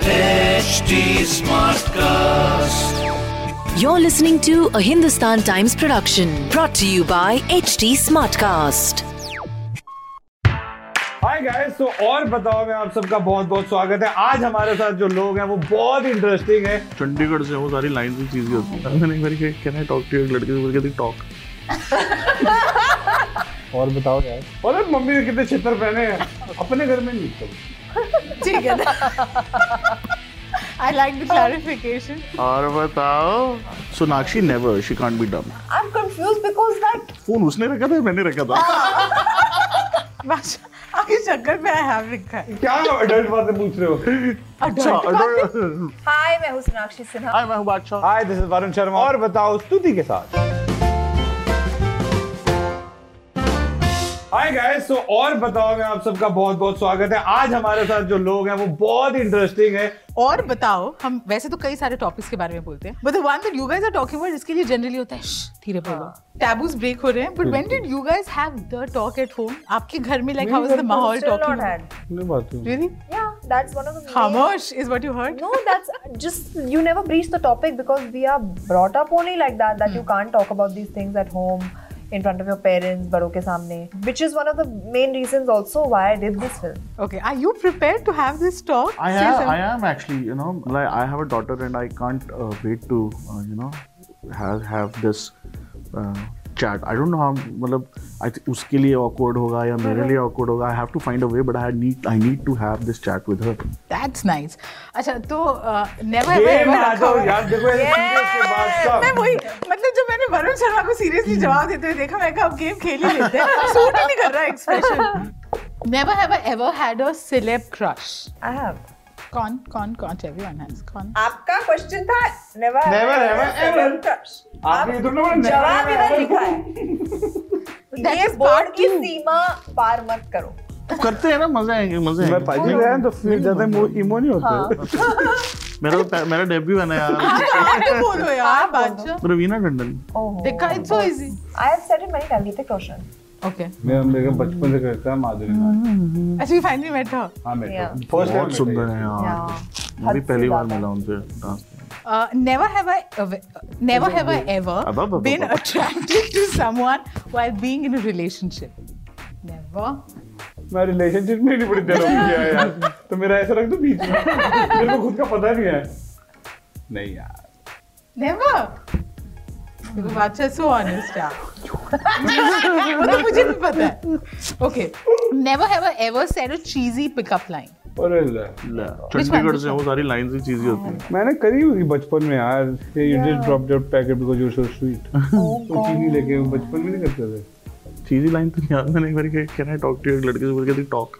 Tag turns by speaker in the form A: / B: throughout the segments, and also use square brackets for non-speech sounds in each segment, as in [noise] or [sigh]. A: HD Smartcast.
B: You're listening to a Hindustan Times production brought to you by HT Smartcast.
C: Hi guys तो और बताओ में आप सबका बहुत बहुत स्वागत है आज हमारे साथ जो लोग हैं वो बहुत इंटरेस्टिंग है
D: चंडीगढ़ से हूँ सारी लाइन की चीजें होती हैं मैंने एक बार कैन आई टॉक टू एक लड़के से बोल के टॉक और बताओ यार
C: और मम्मी ने कितने छितर पहने हैं अपने घर में नहीं तो
E: ठीक है I like the clarification.
D: और बताओ Sonakshi never she can't be dumb
E: I'm confused because that हाँ,
D: फोन उसने रखा था मैंने रखा था
E: आपके चक्कर में I have लिखा है.
C: क्या अडल्ट बातें पूछ रहे हो
E: हाँ,
D: अच्छा अडर-
F: हाय मैं हूँ सोनाक्षी सिन्हा
D: हाय मैं हूँ Badshah
C: hi this is Varun Sharma और बताओ स्तुति के साथ हाय गाइस तो और बताओ में आप सबका बहुत बहुत स्वागत है आज हमारे साथ जो लोग हैं वो बहुत इंटरेस्टिंग है
E: और बताओ हम वैसे तो कई सारे टॉपिक्स के बारे में बोलते हैं but the one that you guys are talking about जिसके लिए जनरली होता है "श्श, धीरे बोलो
F: हाँ।
E: टैबूज ब्रेक हो रहे हैं but when did you guys have the talk at home आपके घर में लाइक हाउ इज द माहौल
F: Still not
E: talking
F: had.
E: Really
F: Yeah, that's one of the main-
E: खामोश is what you heard
F: No, that's just you never breach the topic because we are brought up only like that that you
E: Hmm.
F: can't talk about these things at home in front of your parents, बड़ों के सामने, which is one of the main reasons also why I did this film.
E: Okay are you prepared to have this talk
D: I am, I am actually, you know, like I have a daughter and I can't uh, wait to, uh, you know, have have this uh, chat. I don't know how, मतलब I think उसके लिए awkward होगा या
E: हाँ।
D: मेरे लिए awkward होगा. I have to find a way, but I need I need to have this chat with her.
E: That's nice अच्छा तो नेवर
C: ये
E: एवर
C: मैं आ
E: रखा
C: जाओ
E: हुआ है.
C: यार देखो ऐसे serious के बाद सब।
E: मैं वही मतलब जब मैंने वरुण शर्मा को सीरियसली जवाब देते हुए देखा मैं कहा अब गेम खेल ही लेते हैं सूट ही नहीं कर रहा expression Never have I ever had a celeb crush.
F: I have.
E: कौन कौन कौन everyone has कौन
F: आपका क्वेश्चन था never
C: Never ever ever. आपने ये तो ना बोला, never
F: जवाब
C: ever
F: इधर
C: ever.
F: लिखा है
E: That
F: ये
E: is
F: बोर्ड
E: part
F: की
E: two.
F: सीमा पार मत करो
D: करते हैं ना मजे आएंगे मजे
C: मैं पाजी गया तो फिर ज्यादा इमो नहीं होते
D: मेरा तो- मेरा डेब्यू है ना यार
E: अरे बोलो यार बादशाह
D: रवीना टंडन
F: ओहो।
E: देखा it's so easy
F: I have said it many times, तो Ritik Roshan.
E: ओके
C: मैं हम देखो बचपन से करता है माधुरी नाथ
E: अच्छा यू फाइनली मेट हर
C: हाँ मैं
F: Yeah.
C: फर्स्ट
D: बहुत सुंदर है यार
F: Yeah.
D: मैं भी
F: हद से
D: पहली बार
F: ज्यादा।
D: मिला उनसे हाँ। डांस में।
E: Uh, never have I ever, never have I
D: Abba, abba,
E: ever been
D: abba.
E: attracted to someone while being in a relationship. Never.
C: मैं रिलेशनशिप में ही नहीं बड़ी देर हो गई है यार तो मेरा ऐसा रख दो बीच में मेरे को खुद का पता नहीं है नहीं यार
E: Never. देखो बादशाह सो ऑनेस्ट है वो तो मुझे भी पता है okay never have I ever said a cheesy pickup [laughs] line
C: अरे ले।
D: ले, चंडीगढ़ से
E: one?
D: हूँ सारी लाइन से चीजें होती हैं
C: मैंने करी होगी बचपन में यार you just drop your packet because you are so sweet वो तो चीनी लेके बचपन में नहीं करते थे
D: चीजी लाइन तो नहीं याद मैंने एक बार कैन आई टॉक टू एक लड़के से बोल के टॉक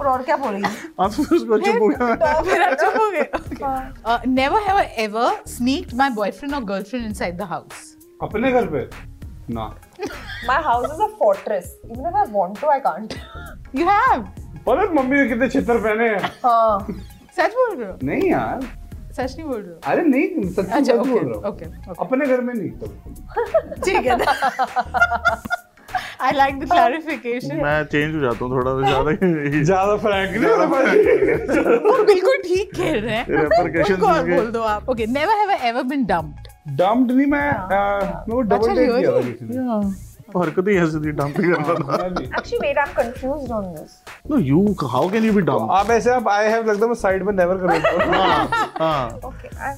F: और और क्या बोलेगी
D: आप हाँ, तो उसको चुप हो गया
E: हाँ, फिर आप चुप हो
F: हाँ।
E: गए never have I ever sneaked my boyfriend और गर्लफ्रेंड इनसाइड द हाउस
C: अपने घर पे ना
F: my house is a fortress even if I want to I can't
E: you have
C: अरे मम्मी ने कितने छितर पहने हैं
F: हां
E: सच बोल रहे हो
C: नहीं यार
E: सच नहीं बोल रहे हो
C: अरे नहीं सच
E: अच्छा
C: सच बोल
E: ओके
C: रहा हूँ
E: ओके
C: अपने घर में नहीं तो
E: ठीक है आई लाइक द [laughs] क्लैरिफिकेशन
D: मैं चेंज हो जाता हूँ थोड़ा ज्यादा
C: ज्यादा फ्रैंक नहीं होना पड़ेगा
E: वो बिल्कुल ठीक खेल रहे हैं
D: Repercussions
E: उनको और
D: होंगे।
E: बोल दो आप okay never have I ever been dumped
C: dumped नहीं मैं अह, मैं वो
E: अच्छा,
C: डबल डेट
E: लियो
C: किया था
E: जी।
C: किसी ने
D: [laughs]
C: हाँ
D: हरकत ही ऐसी थी डंपिंग करना था
C: मैं भी।
F: Actually wait I am confused on this
D: no you how can you be
C: too
D: dumb
C: आप ऐसे आप आई हैव लगता है मैं साइड में नेवर कर देता हूँ
D: हाँ। हां
F: ओके आई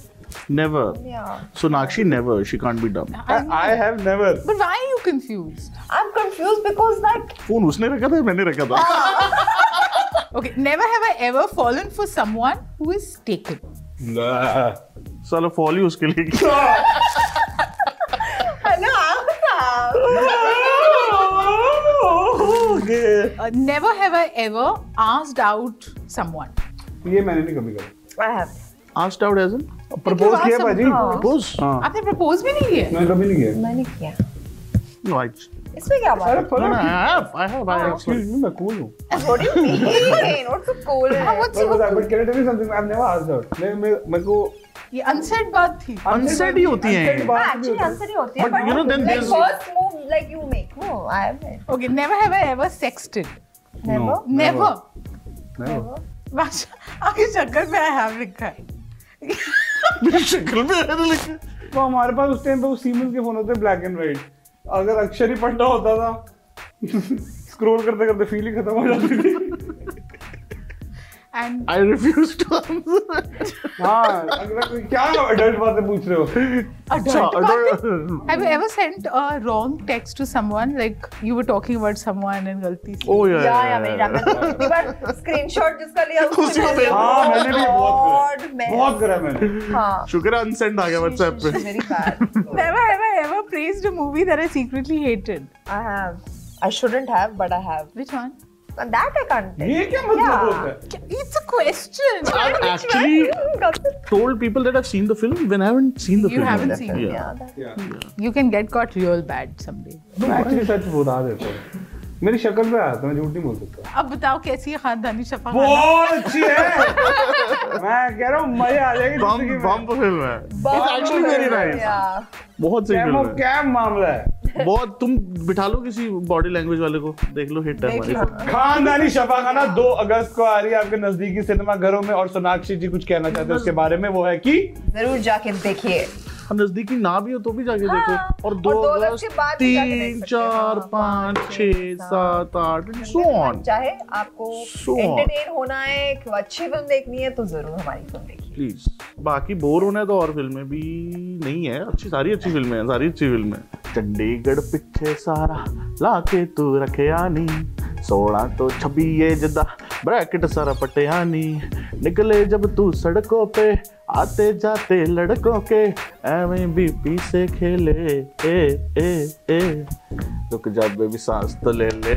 D: नेवर
F: या
D: Sonakshi never she can't be dumb
C: I have never
E: But why are you confused?
F: I am confused because that
D: phone उसने रखा था मैंने रखा था
E: Okay, never have I ever fallen for someone who is taken.
D: साला fall ही उसके लिए किया।
F: Hello
E: Uh, never have I ever asked out someone.
C: ये मैंने नहीं कभी करा
F: I have
D: asked out as in
C: propose किया
E: awesome.
C: भाजी
E: हाँ।
D: propose
C: हाँ
E: आपने प्रपोज भी नहीं किया
C: मैंने कभी नहीं किया
F: मैंने किया
D: no I
F: इसमें क्या बात
C: अरे पर
D: no no I have I have I have
C: excuse me मैं cool हूँ
F: what do you [laughs] mean what's so cool
E: what's
C: But was I- but can I tell you something? I've never asked out. मैं- मैं- मेरे को
E: ये unsaid बात थी
D: Unsaid ही होती हैं
C: unsaid
D: ये।
E: हाँ,
C: बात भी
F: एक्चुअली
C: होती है।
F: आंसर ही होती है
D: But you know, then
F: like
D: there's-
F: first move like you make no I have
E: Okay, never have I ever sexted.
F: never
E: Never.
C: Never.
E: बादशाह आगे शक्ल में आई हैव लिखा है
D: शक्ल में है ना लेकिन
C: तो हमारे पास उस टाइम पे वो सीमेंस के फोन होते ब्लैक एंड वाइट अगर अक्षर ही पढ़ना होता था [laughs] स्क्रॉल करते करते फील ही खत्म हो जाती थी
D: [laughs]
E: and
D: I refuse to answer
C: हाँ अगर कोई- क्या एडल्ट बातें पूछ रहे हो
E: Have you ever sent a wrong text to someone? Like you were talking about someone and galti se.
D: Oh yeah.
F: या या मैंने डाला
D: [laughs]
F: था कितनी बार स्क्रीनशॉट जिसका लिया
D: उसी को
F: उसको
D: भेज-
C: हाँ मैंने भी बहुत
F: God,
C: करा
F: man.
C: बहुत करा मैंने
F: हाँ
D: शुक्र है unsend आ गया WhatsApp पे.
F: Very bad
E: Never have I ever praised a movie that I secretly hated.
F: I have I shouldn't have but I have
E: Which one?
F: And that I can't take.
C: ये क्या मतलब
F: Yeah.
C: होता है
E: It's a question.
D: I've
F: [laughs]
D: actually told people that I've seen the film when I haven't seen the
E: You
D: film.
E: haven't seen it.
D: yeah.
F: Yeah, that-
E: You can get got real bad someday.
C: Actually सच बता देता हूँ मेरी शक्ल पे आया था मैं झूठ नहीं बोल सकता
E: अब बताओ कैसी है खानदानी शफा खाना?
C: बहुत अच्छी है मैं कह रहा हूँ मजा आ जाएगी
D: Bomb,
C: जिंदगी में।
D: bomb film है. It's actually
C: film
D: very
C: है.
D: nice.
F: Yeah.
D: बहुत सही
C: क्या
D: film
C: वो-
D: है.
C: क्या मामला है
D: बहुत तुम बिठा लो किसी बॉडी लैंग्वेज वाले को देख लो हिट है
E: देख
D: हमारी
E: लो.
C: खानदानी शफाखाना 2 अगस्त को आ रही है आपके नजदीकी सिनेमा घरों में और सोनाक्षी जी कुछ कहना चाहते हैं उसके बारे में वो है कि
F: जरूर जाके देखिए
D: हम नजदीकी ना भी हो तो भी जाके देखो और दो
F: और दो अगस्त के
D: अगस्त
F: बाद भी जाके देख
D: तीन
F: सकते हो.
D: चार
F: हाँ,
D: पाँच छः सात आठ सो ऑन
F: चाहे आपको
D: So on.
F: एंटरटेन होना है कि अच्छी फिल्म देखनी है तो जरूर हमारी फिल्म देखिए
D: प्लीज बाकी बोर होना है तो और फिल्में भी नहीं है अच्छी सारी अच्छी फिल्में हैं सारी अच्छी फिल्में हैं चंडीगढ़ पिछे सारा लाके तू रखिया नी सोना तो छबी ये जदा ब्रैकेट सारा पटिया नी निकले जब तू सड़कों पे आते जाते लड़कों के एवें भी पीसे खेले ए ए ए रुक जा बेबी सांस तो ले ले